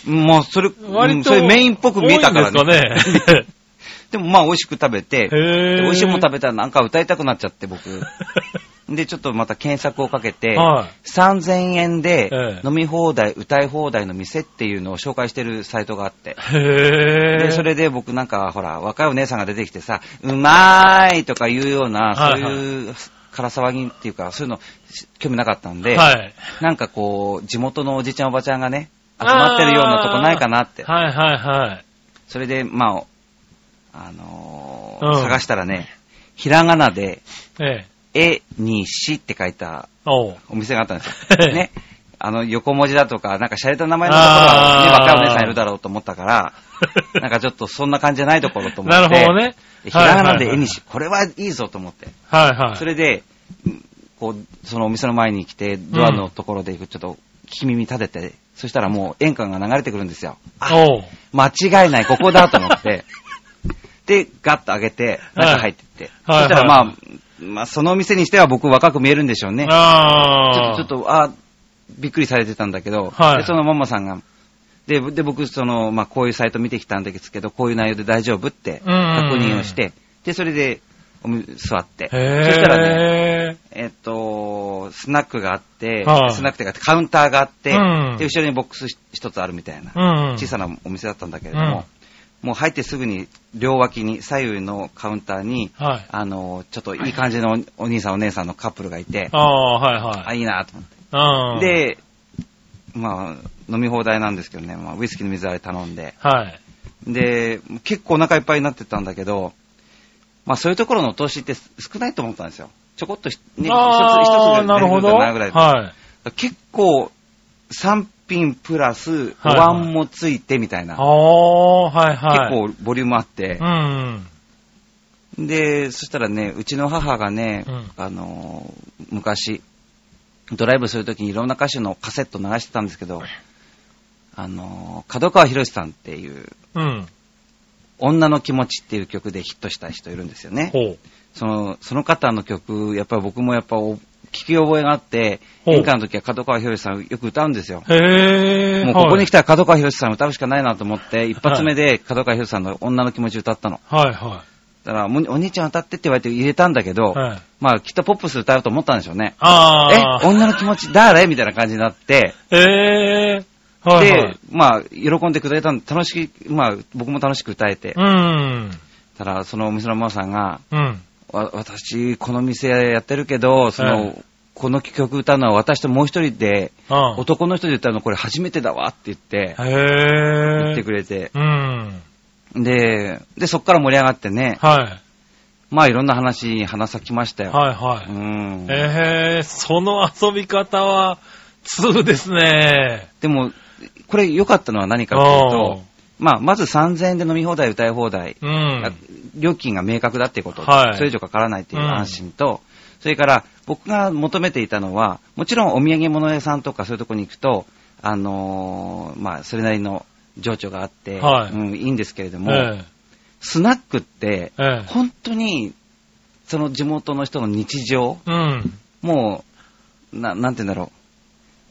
S1: もう、それ、う
S2: 割
S1: ん
S2: と。
S1: それメインっぽく見えたから
S2: 多いん
S1: ね。
S2: ですかね。
S1: でも、まあ、美味しく食べて、で
S2: へぇ
S1: 美味しいもの食べたらなんか歌いたくなっちゃって、 僕。で、ちょっとまた検索をかけて、
S2: はい
S1: 3000円で
S2: ええ
S1: 飲み放題、歌い放題の店っていうのを紹介してるサイトがあって、
S2: へぇ
S1: でそれで僕なんか、ほら、若いお姉さんが出てきてさ、うまーいとか言うような、そう
S2: はいはい
S1: いうから騒ぎっていうか、そういうのし興味なかったんで、
S2: はい。
S1: なんかこう、地元のおじちゃんおばちゃんがね、集まってるようなとこないかなって、
S2: はいはいはい。
S1: それで、まあ、あのー
S2: うん
S1: 探したらね、ひらがなで、
S2: ええ。
S1: えにしって書いた
S2: おう。
S1: お店があったんですよ。ね。あの、横文字だとか、なんか洒落た名前のところは、ね、
S2: あー
S1: 若いお姉さんいるだろうと思った から、なんかちょっとそんな感じじゃないところと思って。
S2: なるほどね。
S1: でひらがなで
S2: はいはいはい
S1: 絵にし、これはいいぞと思って。
S2: はいはい。
S1: それで、うんこう、そのお店の前に来て、ドアのところでちょっと聞き耳立てて、そしたらもう演歌が流れてくるんですよ。あ、
S2: おう。
S1: 間違いない、ここだと思 って。で、ガッと上げて、中入ってって。
S2: はい
S1: そしたらま
S2: はい
S1: あ、まあ、そのお店にしては僕若く見えるんでしょうね。ちょっ
S2: ああ。
S1: と、ちょっと、あーびっくりされてたんだけど、
S2: はい
S1: でそのママさんが、で、で僕、その、まあ、こういうサイト見てきたんですけど、こういう内容で大丈夫って
S2: うんうんうん
S1: 確認をして、で、それで、おみ座って、そ
S2: へぇー。
S1: したらね、えっと、スナックがあって、
S2: はい
S1: スナックというか、カウンターがあって、
S2: うん
S1: で、後ろにボックス一つあるみたいな、
S2: うん。
S1: 小さなお店だったんだけれども、もう入ってすぐに、両脇に、左右のカウンターに、
S2: な。はい。
S1: あの、ちょっといい感じのおお兄さんお姉さんのカップルがいて、
S2: ああ、はい
S1: あ、
S2: はい。
S1: いいなと思って。
S2: あー、
S1: で、まあ、飲み放題なんですけどね、まあ、ウイスキーの水あれ頼んで、
S2: はい。
S1: で、結構お腹いっぱいになってたんだけど、まあそういうところのお通しって少ないと思ったんですよ。ちょこっとひ、ね、一つ、一つ出
S2: ああ、なる
S1: てく
S2: ほ
S1: る
S2: ど。
S1: かなぐらいで。
S2: はい。
S1: 結構、3品プラス、お
S2: はいはい
S1: 椀もついてみたいな、
S2: おー、はいはい。
S1: 結構ボリュームあって、
S2: うん。
S1: で、そしたらね、うちの母がね、
S2: うん
S1: あのー、昔、ドライブするときにいろんな歌手のカセット流してたんですけど、あのー、角川博さんっていう、
S2: うん。
S1: 女の気持ちっていう曲でヒットした人いるんですよね
S2: ほ。う。
S1: その、その方の曲、やっぱり僕もやっぱお聞き覚えがあって、
S2: ほう
S1: 演歌の時は角川博さんよく歌うんですよ。
S2: へぇー。
S1: もうここに来
S2: て。
S1: たら角川博さん歌うしかないなと思って、一発目で角川博さんの女の気持ち歌ったの。
S2: はいは
S1: だから、もうお兄ちゃん歌ってって言われて入れたんだけど、
S2: い。はい。
S1: まあ、きっとポップス歌うと思ったんでしょうね。
S2: あ
S1: え、女の気持ち誰みたいな感じになって、
S2: えへぇー。はいはい
S1: で。、まあ、喜んでくれたん楽しき、まあ、僕も楽しく歌えて、
S2: うん。
S1: ただ、そのお店のママさんが、
S2: うん。
S1: わ私、この店やってるけど、その、
S2: う
S1: この曲歌うのは私ともう一人で、
S2: うん。
S1: 男の人で歌うのこれ初めてだわって言って、
S2: へぇ
S1: 言ってくれて、
S2: うん。
S1: で、で、そっから盛り上がってね、
S2: はい。
S1: まあいろんな話、話咲きましたよ。
S2: はいは
S1: う
S2: い。
S1: ん。
S2: えー、その遊び方は、通ですね。
S1: でも、これ良かったのは何かっていうと、まあ、まず3000円で飲み放題、歌い放題、
S2: うん。うん。
S1: 料金が明確だっていうこと、
S2: はい
S1: それ以上かからないっていう安心と、それから僕が求めていたのは、もちろんお土産物屋さんとかそういうとこに行くと、あのーまあ、それなりの情緒があって、
S2: はい
S1: うん、いいんですけれども、
S2: え
S1: スナックって
S2: え、ええ
S1: 本当に、その地元の人の日常、
S2: うん。
S1: もう、ななんて言うんだろ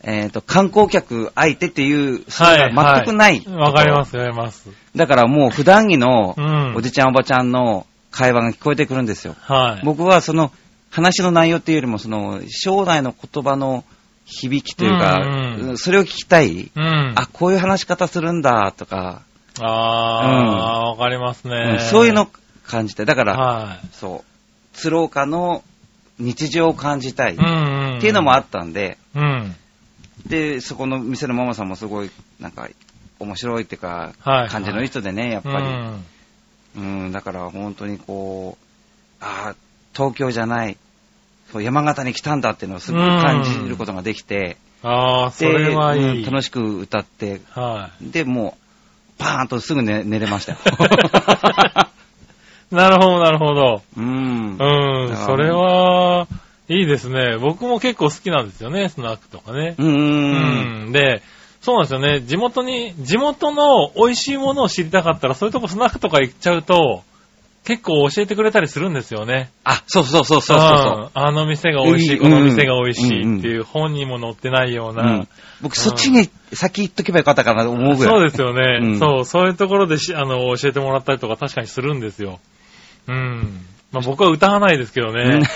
S1: う。えっ、と、観光客相手っていう、それが全くない。
S2: はわかります、わかります。
S1: だからもう普段着の
S2: う、ん。
S1: おじちゃんおばちゃんの会話が聞こえてくるんですよ。
S2: はい。
S1: 僕はその、話の内容っていうよりも、その、将来の言葉の響きというか、
S2: うんうん
S1: それを聞きたい。
S2: うん。
S1: あ、こういう話し方するんだ、とか、
S2: あー、わかります
S1: うん
S2: ね。
S1: そういうの感じて、だから、
S2: は
S1: そう、鶴岡の日常を感じたい
S2: い。
S1: っ
S2: うん。
S1: ていうのもあ
S2: っ
S1: ったんで、
S2: うん。
S1: で、そこの店のママさんもすごい、なんか、面白いっていうか、
S2: はい
S1: 感じのいい人でね、やっ
S2: う
S1: ぱり。
S2: ん。
S1: うん、だから本当にこう、ああ、東京じゃない、そう山形に来たんだっていうのをすごい感じることができて、
S2: あー、そ
S1: で
S2: れはいい。
S1: うん楽しく歌って、
S2: は
S1: で、もう、パーンとすぐ寝寝れましたよ。
S2: い。なるほど、なるほど。
S1: うん。
S2: うん、それは、いいですね。僕も結構好きなんですよね、スナックとかね。
S1: うん。うん。
S2: うんで、そうなんですよね。地元に、地元の美味しいものを知りたかったら、そういうとこスナックとか行っちゃうと、結構教えてくれたりするんですよね。
S1: あ、そうそうそうそうそう
S2: うんあの店が美味し
S1: う
S2: い、
S1: ん
S2: この店が美味し
S1: うんうん
S2: いっていう本にも載ってないよう
S1: そう。う
S2: な。
S1: ん、僕、そっちに先行っとけばよかったかなと思うぐらい。
S2: そうですよね。
S1: うん
S2: そう、そういうところでしあの、教えてもらったりとか確かにするんですよ。うん。まあ僕は歌わないですけど
S1: うん
S2: ね。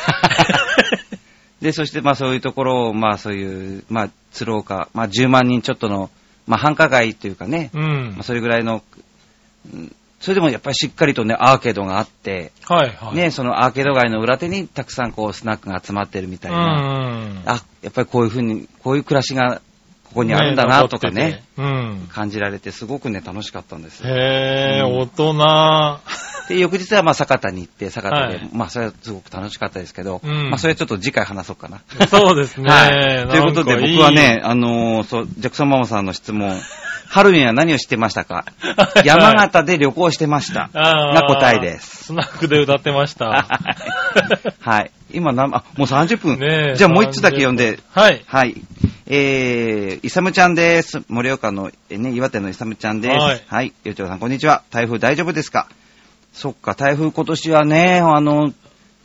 S1: で、そして、まあそういうところを、まあそういう、まあ鶴岡、まあ10万人ちょっとの、まあ繁華街というかね、
S2: うん
S1: まあ。それぐらいの、うんそれでもやっぱりしっかりとね、アーケードがあって、
S2: はいはい。
S1: ね、そのアーケード街の裏手にたくさんこうスナックが集まってるみたいな、
S2: うん。
S1: あ、やっぱりこういうふうに、こういう暮らしがここにあるんだなとかね、
S2: 残ってて。
S1: 感じられてすごくね、楽しかったんです
S2: うん。
S1: よ。
S2: へー、
S1: うん
S2: 大人。
S1: で、翌日はまあ酒田に行って、酒田で、
S2: はい
S1: まあそれはすごく楽しかったですけど、
S2: うん
S1: まあそれちょっと次回話そうかな。
S2: そうですね。
S1: はい。ということで、
S2: なんか
S1: 僕は ね、あのーそう、ジャクソンママさんの質問、ハロウィンは何をしてましたか
S2: はい
S1: 山形で旅行してました。
S2: あー
S1: が答えです。
S2: スナックで歌ってました。
S1: はい。今何、あ、もう30分。
S2: ねえ
S1: じゃあもう一つだけ読んで。
S2: はい。
S1: はい。えー、イサムちゃんです。盛岡の、えーね、岩手のイサムちゃんです。
S2: はい
S1: はい。よちょうさん、こんにちは。台風大丈夫ですかそっか、台風今年はね、あの、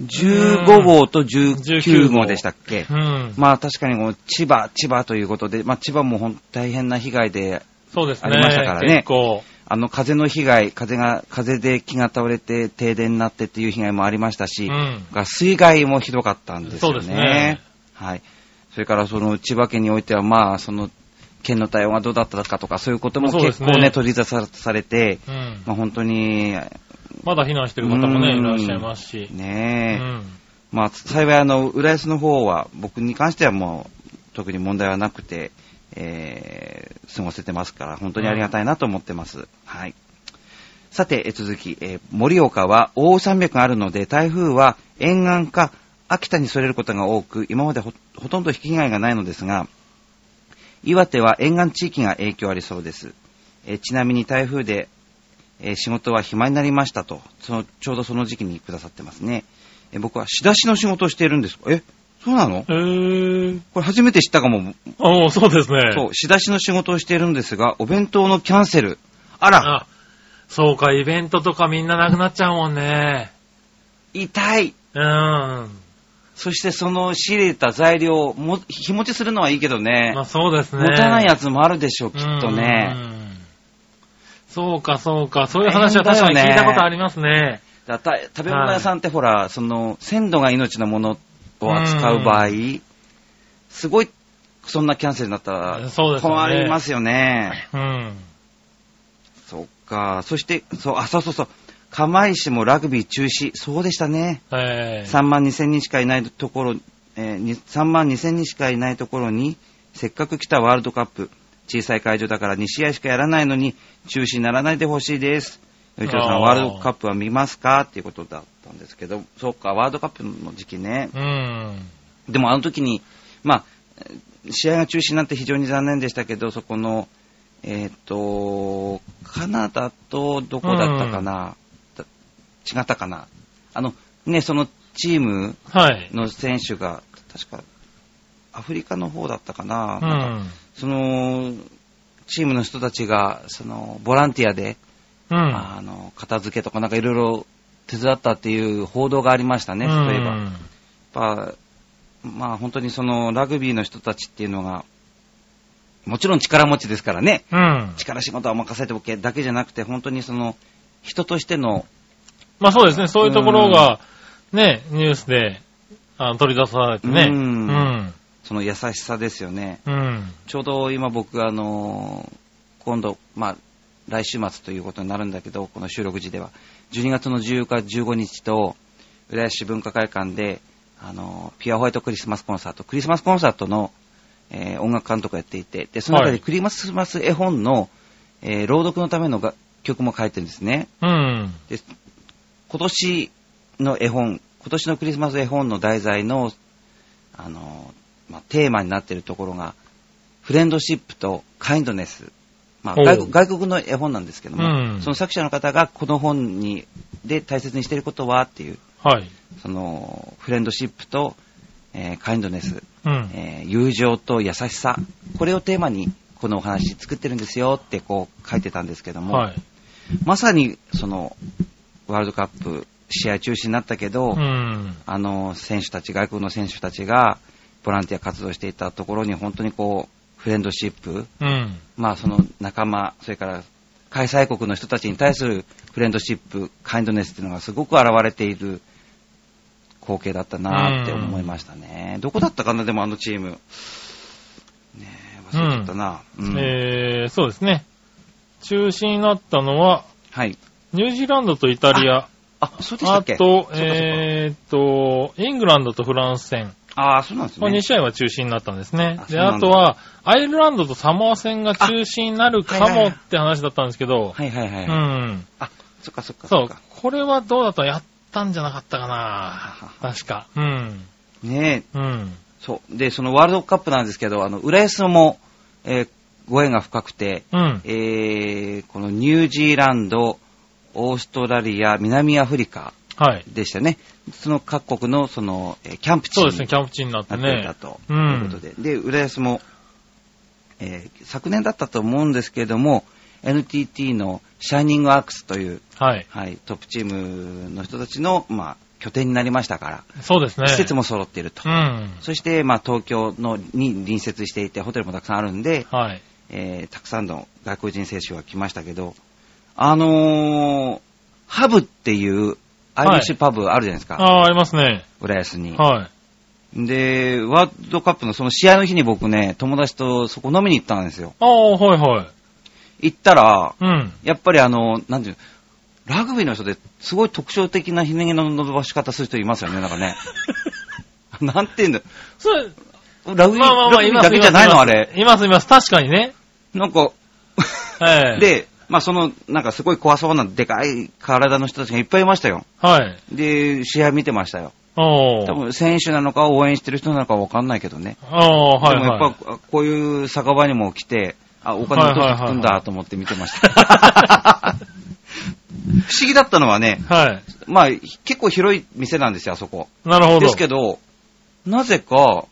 S1: 15号と19
S2: 19
S1: 号
S2: 号
S1: でしたっけ
S2: うん。
S1: まあ確かにこの千葉、千葉ということで、まあ千葉もほん大変な被害で、
S2: そうですね。
S1: ありましたからね
S2: 結構。
S1: あの風の被害、風が、風で木が倒れて停電になってっていう被害もありました
S2: う
S1: し、
S2: ん。
S1: が水害もひどかったんですよね。
S2: そうですね
S1: はい。それからその千葉県においてはまあその県の対応がどうだったかとかそういうことも
S2: そうで
S1: 結
S2: すね
S1: 構ね取り出さされて、
S2: うん。
S1: まあ本当に、
S2: まだ避難してる方もね、
S1: う
S2: い
S1: ん
S2: らっしゃいますし。う
S1: ねえ、
S2: ん。
S1: まあ、幸いあの、浦安の方は、僕に関してはもう、特に問題はなくて、えー、過ごせてますから、本当にありがたいなと思ってます。はい。さて、えー続き、えー盛岡は大山脈があるので、台風は沿岸か秋田にそれることが多く、今までほほとんど被害がないのですが、岩手は沿岸地域が影響ありそうです。えーちなみに台風で、えー仕事は暇になりましたと、そのちょうどその時期にくださってますね。えー僕は仕出しの仕事をしているんです。え、そうなの
S2: へー。
S1: これ初めて知ったかも。
S2: あ、もうそうですね。
S1: そう、仕出しの仕事をしているんですが、お弁当のキャンセル。あら、
S2: あ、そうか、イベントとかみんななくなっちゃうもんね。
S1: 痛い。
S2: うん。
S1: そしてその仕入れた材料をも、日持ちするのはいいけどね
S2: まあ、そうですね。
S1: 持たないやつもあるでしょう、きっと
S2: う
S1: ね。
S2: ん。そうか、そうか。そういう話は確かに聞いたことありますね。
S1: だた食べ物屋さんってほら、その、鮮度が命のものを扱う場合、すごい、そんなキャンセルになったら、
S2: そうですよね
S1: 困りますよね。
S2: うん。
S1: そっか。そして、そう、あ、そうそうそう。釜石もラグビー中止。そうでしたね。
S2: えー
S1: 3万2000人しかいないところ、えーに3万2000人しかいないところに、せっかく来たワールドカップ、小さい会場だから2試合しかやらないのに、中止にならないでほしいです。よいちろうさ
S2: あ
S1: ん、
S2: ー
S1: ワールドカップは見ますかっていうことだったんですけど、そうか、ワールドカップの時期ね。
S2: うん。
S1: でもあの時に、まあ、えー試合が中止になって非常に残念でしたけど、そこの、えっ、と、カナダとどこだったかな、だ違ったかな。あの、ね、そのチーム、
S2: はい。
S1: の選手が、確か、アフリカの方だったか
S2: う
S1: な、なんか
S2: ん。
S1: その、チームの人たちが、その、ボランティアで、
S2: うん。
S1: あの、片付けとかなんかいろいろ手伝ったっていう報道がありましたね、
S2: うん
S1: そういえば。やっぱ、まあ本当にその、ラグビーの人たちっていうのが、もちろん力持ちですからね、
S2: うん。
S1: 力仕事は任せておけだけじゃなくて、本当にその、人としての、
S2: まあそうですね、そういうところが、ね、ニュースで、あの、取り出されてね。
S1: う
S2: うんん。
S1: その優しさですよね。
S2: うん。
S1: ちょうど今僕、あのー今度、まあ、来週末ということになるんだけど、この収録時では、12月の14日、15日と、浦安市文化会館で、あのーピュアホワイトクリスマスコンサート、クリスマスコンサートの、えー音楽監督をやっていて、で、その中
S2: は
S1: で
S2: い
S1: クリスマス絵本の、えー朗読のための楽曲も書いてるんですね。
S2: うん。
S1: で、今年の絵本、今年のクリスマス絵本の題材の、あの、まあ、テーマになっているところが、フレンドシップとカインドネス。まあ、
S2: おう
S1: 外国外国の絵本なんですけども、
S2: うん
S1: その作者の方がこの本に、で大切にしていることはっていう、
S2: はい。
S1: その、フレンドシップと、えーカインドネス、
S2: うん。
S1: えー友情と優しさ、これをテーマに、このお話作ってるんですよってこう書いてたんですけども、
S2: はい。
S1: まさに、その、ワールドカップ、試合中止になったけど、
S2: うん。
S1: あの、選手たち、外国の選手たちが、ボランティア活動していたところに、本当にこう、フレンドシップ、
S2: うん。
S1: まあ、その仲間、それから、開催国の人たちに対するフレンドシップ、カインドネスっていうのがすごく現れている光景だったなって思いましたね。どこだったかな、でもあのチーム。ねえ忘れちゃったな。うん
S2: えー、そうですね。中止になったのは、
S1: はい。
S2: ニュージーランドとイタリア、
S1: あ、そうでした
S2: あ
S1: っけ
S2: と、
S1: そうかそうか
S2: えーっと、イングランドとフランス戦。
S1: ああ、そうなんです
S2: この2
S1: ね。
S2: 試合は中止になったんですね
S1: あ。そう
S2: で、
S1: なんだ
S2: あとは、アイルランドとサモア戦が中止になる
S1: あは
S2: か
S1: いはいは
S2: も
S1: い
S2: って話だったんですけど、
S1: はいはいうはい。
S2: ん。
S1: あ、そっかそっか
S2: そ
S1: そうっか。、
S2: これはどうだったやったんじゃなかったか
S1: は
S2: な
S1: は
S2: 確か。うん。
S1: ねえ、
S2: うん。
S1: そう。で、そのワールドカップなんですけど、あの、浦安も、えーご縁が深くて、
S2: うん。
S1: えーこのニュージーランド、オーストラリア、南アフリカ
S2: はい。
S1: でしたね。その各国の、その、えーキャンプ地
S2: そう
S1: に
S2: ですね、キャンプ地になって
S1: なってい
S2: ね
S1: た。と
S2: う
S1: いう
S2: ん
S1: ことで。で、浦安も、えー昨年だったと思うんですけども、NTT のシャイニングアークスという、
S2: はい。
S1: はい、トップチームの人たちの、まあ、拠点になりましたから、
S2: そうですね。
S1: 施設も揃っていると。
S2: うん。
S1: そして、まあ、東京のに隣接していて、ホテルもたくさんあるんで、
S2: はい。
S1: えーたくさんの外国人選手が来ましたけど、あのーハブっていうアイリッシュパブあるじゃないですか、
S2: ああー、ありますね。
S1: 浦安に。
S2: はい。
S1: で、ワールドカップのその試合の日に僕ね、友達とそこ飲みに行ったんですよ。
S2: ああ、はいはい。
S1: 行ったら、
S2: うん。
S1: やっぱりあの、なんていうのラグビーの人ですごい特徴的なひね毛の伸ばし方する人いますよね、なんか ね。なんていうんだ
S2: それ、
S1: ラグビー、
S2: まあまあまあ、
S1: ラグ
S2: い
S1: ビー
S2: ます
S1: だけじゃないのあ
S2: ます
S1: れ。
S2: います、います。確かにね。
S1: なんか、
S2: ええ
S1: で、まあその、なんかすごい怖そうなでかい体の人たちがいっぱいいましたよ。
S2: はい。
S1: で、試合見てましたよ。多
S2: おー。
S1: 分選手なのか応援してる人なのかわかんないけどね。
S2: おー、はい
S1: でも
S2: は
S1: やっ
S2: い。
S1: ぱこういう酒場にも来て、あ、お金を取ってくんだと思って見てました。 不思議だったのはね、
S2: はい。
S1: まあ結構広い店なんですよ、あそこ。
S2: なるほど。
S1: ですけど、なぜか、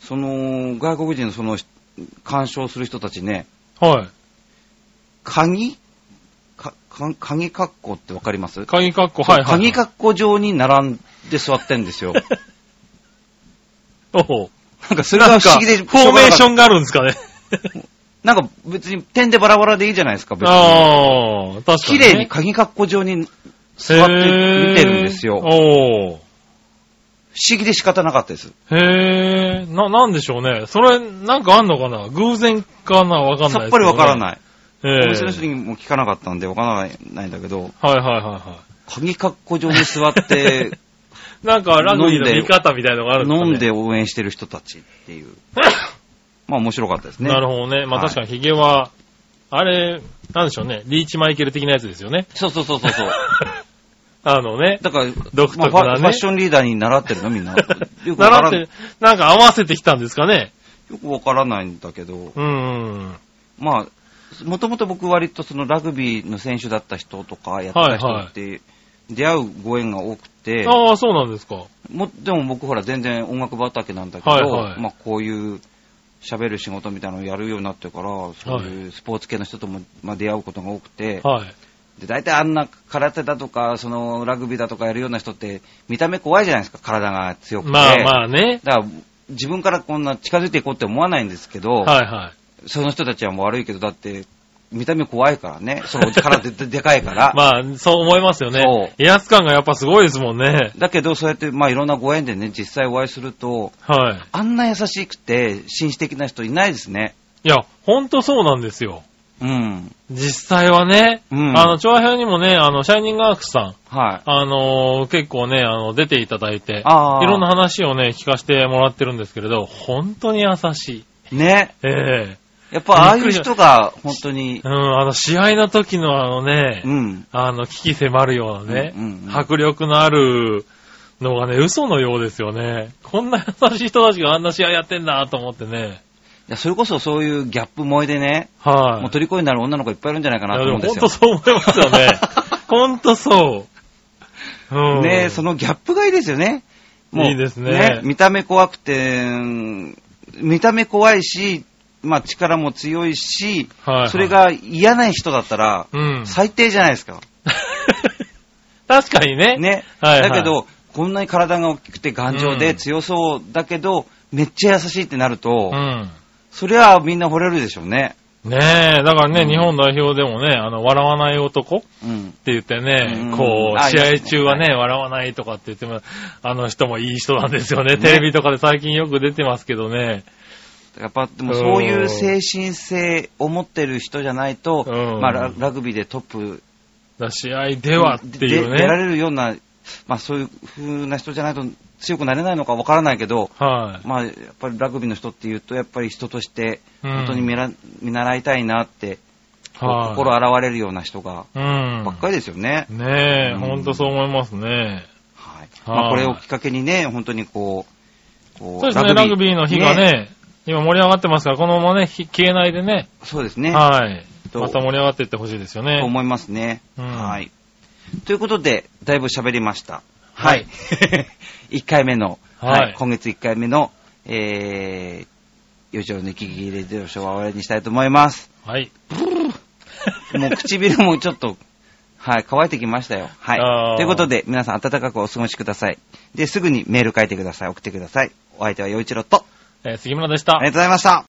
S1: その、外国人のその、鑑賞する人たちね、
S2: は
S1: 鍵か、か、鍵格好ってわかります
S2: い。鍵格好、はいはい。
S1: 鍵格好上に並んで座ってんです よ。
S2: おほ
S1: なんかそれが不思議で、
S2: フォーメーショ
S1: ン。
S2: ンがあるんですかね。
S1: なんか別に点でバラバラでいいじゃないですか、別に。
S2: ああ、確かに。
S1: 綺麗に鍵格好上に座って見てるんですよ。
S2: へ
S1: 不
S2: ーお
S1: 思議で仕方なかったです。
S2: ー。へえ、な、なんでしょうね。それ、なんかあんのかな偶然かなわかんないですけどね、
S1: さっぱりわからない。
S2: え
S1: お
S2: え
S1: 店の人にも聞かなかったんで、わからないんだけど、
S2: はいはいはいは
S1: 鍵かっこ上に座って、
S2: い。なんか、ラグビーの見方みたいのがあるんですか、ね、
S1: 飲 んで応援してる人たちっていう。まあ面白かったですね。
S2: なるほどね。まあ
S1: はい
S2: 確かにヒゲは、あれ、なんでしょうね。リーチマイケル的なやつですよね。
S1: そうそうそうそう そう。
S2: あのね。
S1: だから、
S2: 独特なね
S1: まあファファッションリーダーに習ってるのみん な。よくわか
S2: 習
S1: らん
S2: ってる、なんか合わせてきたんですかね。
S1: よくわからないんだけど、
S2: うんうん。
S1: まあ、もともと僕割とそのラグビーの選手だった人とかやってた人って出会うご縁が多くて、
S2: ああ、そうなんですか。
S1: もでも僕ほら全然音楽畑なんだけど、
S2: はいはい
S1: まあこういう喋る仕事みたいなのをやるようになってから、そういうスポーツ系の人とも、まあ、出会うことが多くて、
S2: はい。
S1: で大体あんな空手だとか、そのラグビーだとかやるような人って見た目怖いじゃないですか、体が強くて。
S2: まあまあね。
S1: だから自分からこんな近づいていこうって思わないんですけど、
S2: はいはい。
S1: その人たちはもう悪いけど、だって、見た目怖いからね。その体でで でかいから。
S2: まあ、そう思いますよね。威圧感がやっぱすごいですもんね。
S1: だけど、そうやって、まあいろんなご縁でね、実際お会いすると、
S2: はい。
S1: あんな優しくて、紳士的な人いないですね。
S2: いや、ほんとそうなんですよ。
S1: うん。
S2: 実際はね、
S1: うん
S2: あの、調和表にもね、あの、シャイニングアークスさん、
S1: はい。
S2: あのー結構ね、あの、出ていただいて、い
S1: あー
S2: ろんな話をね、聞かせてもらってるんですけれど、本当に優しい。
S1: ね。
S2: え
S1: やっぱああいう人が、本当に
S2: え、うん、あの、試合の時のあのね、
S1: うん。
S2: あの、危機迫るようなね、
S1: うんうんうん
S2: 迫力のあるのがね、嘘のようですよね。こんな優しい人たちがあんな試合やってんだと思ってね。
S1: いやそれこそそういうギャップ萌えでね、
S2: はい。
S1: もう虜になる女の子いっぱいいるんじゃないかないと
S2: やで
S1: 思う
S2: も
S1: んで
S2: 本
S1: す
S2: 当
S1: よ。
S2: そう思いますよね。本当そう。うん。
S1: ねそのギャップがいいですよね。
S2: いいですね
S1: 見た目怖くて、うん見た目怖いし、まあ力も強いし、
S2: はいはい
S1: それが嫌な人だったら、
S2: うん。
S1: 最低じゃないですか。
S2: 確かにね。
S1: ね。
S2: はいはい
S1: だけど、こんなに体が大きくて頑丈
S2: う
S1: で
S2: ん
S1: 強そうだけど、めっちゃ優しいってなると、
S2: うん。
S1: そりゃあみんな惚れるでしょうね。
S2: ねえ、だからね、
S1: うん
S2: 日本代表でもね、あの、笑わない男って
S1: うん。
S2: 言ってね、
S1: うん
S2: こう、
S1: あ
S2: 試合中はね、
S1: い
S2: 笑わないとかって言っても、あの人もいい人なんですよね。テレビとかで最近よく出てますけどね。
S1: やっぱでもそういう精神性を持ってる人じゃないと、
S2: うん
S1: まあ、ララグビーでトップ
S2: だ試合ではっていう
S1: で出ら
S2: ね。
S1: れるような、まあ、そういう風な人じゃないと強くなれないのかわからないけど、
S2: はい。
S1: まあ、やっぱりラグビーの人っていうと、やっぱり人として
S2: うん
S1: 本当に見ら見習いたいなって、こう
S2: はい。
S1: 心現れるような人が
S2: うん。
S1: ばっかりですよね。
S2: ねえ、
S1: うん
S2: ほんとそう思いますね。
S1: はい
S2: はい
S1: まあ、これをきっかけにね、本当にこう、こ
S2: そうですね、ラグビーの日がね、、今盛り上がってますから、このままね、ひ消えないでね、
S1: そうですね、
S2: はい。
S1: と
S2: また盛り上がっていってほしいですよ
S1: と
S2: ね。
S1: 思いますね。
S2: うん
S1: はい。ということで、だいぶ喋りました。
S2: は
S1: はいい。1回 目の、
S2: はい
S1: はい。今月1回目の、えー、よちのキキレディオショーは終わりにしたいと思います。
S2: はい。
S1: もう唇もちょっと、はい、乾いてきましたよ。
S2: あ
S1: は
S2: ー
S1: い。ということで、皆さん暖かくお過ごしください。で、すぐにメール書いてください。送ってください。お相手は陽一郎と、
S2: えー杉村でした
S1: あり。がとうございました。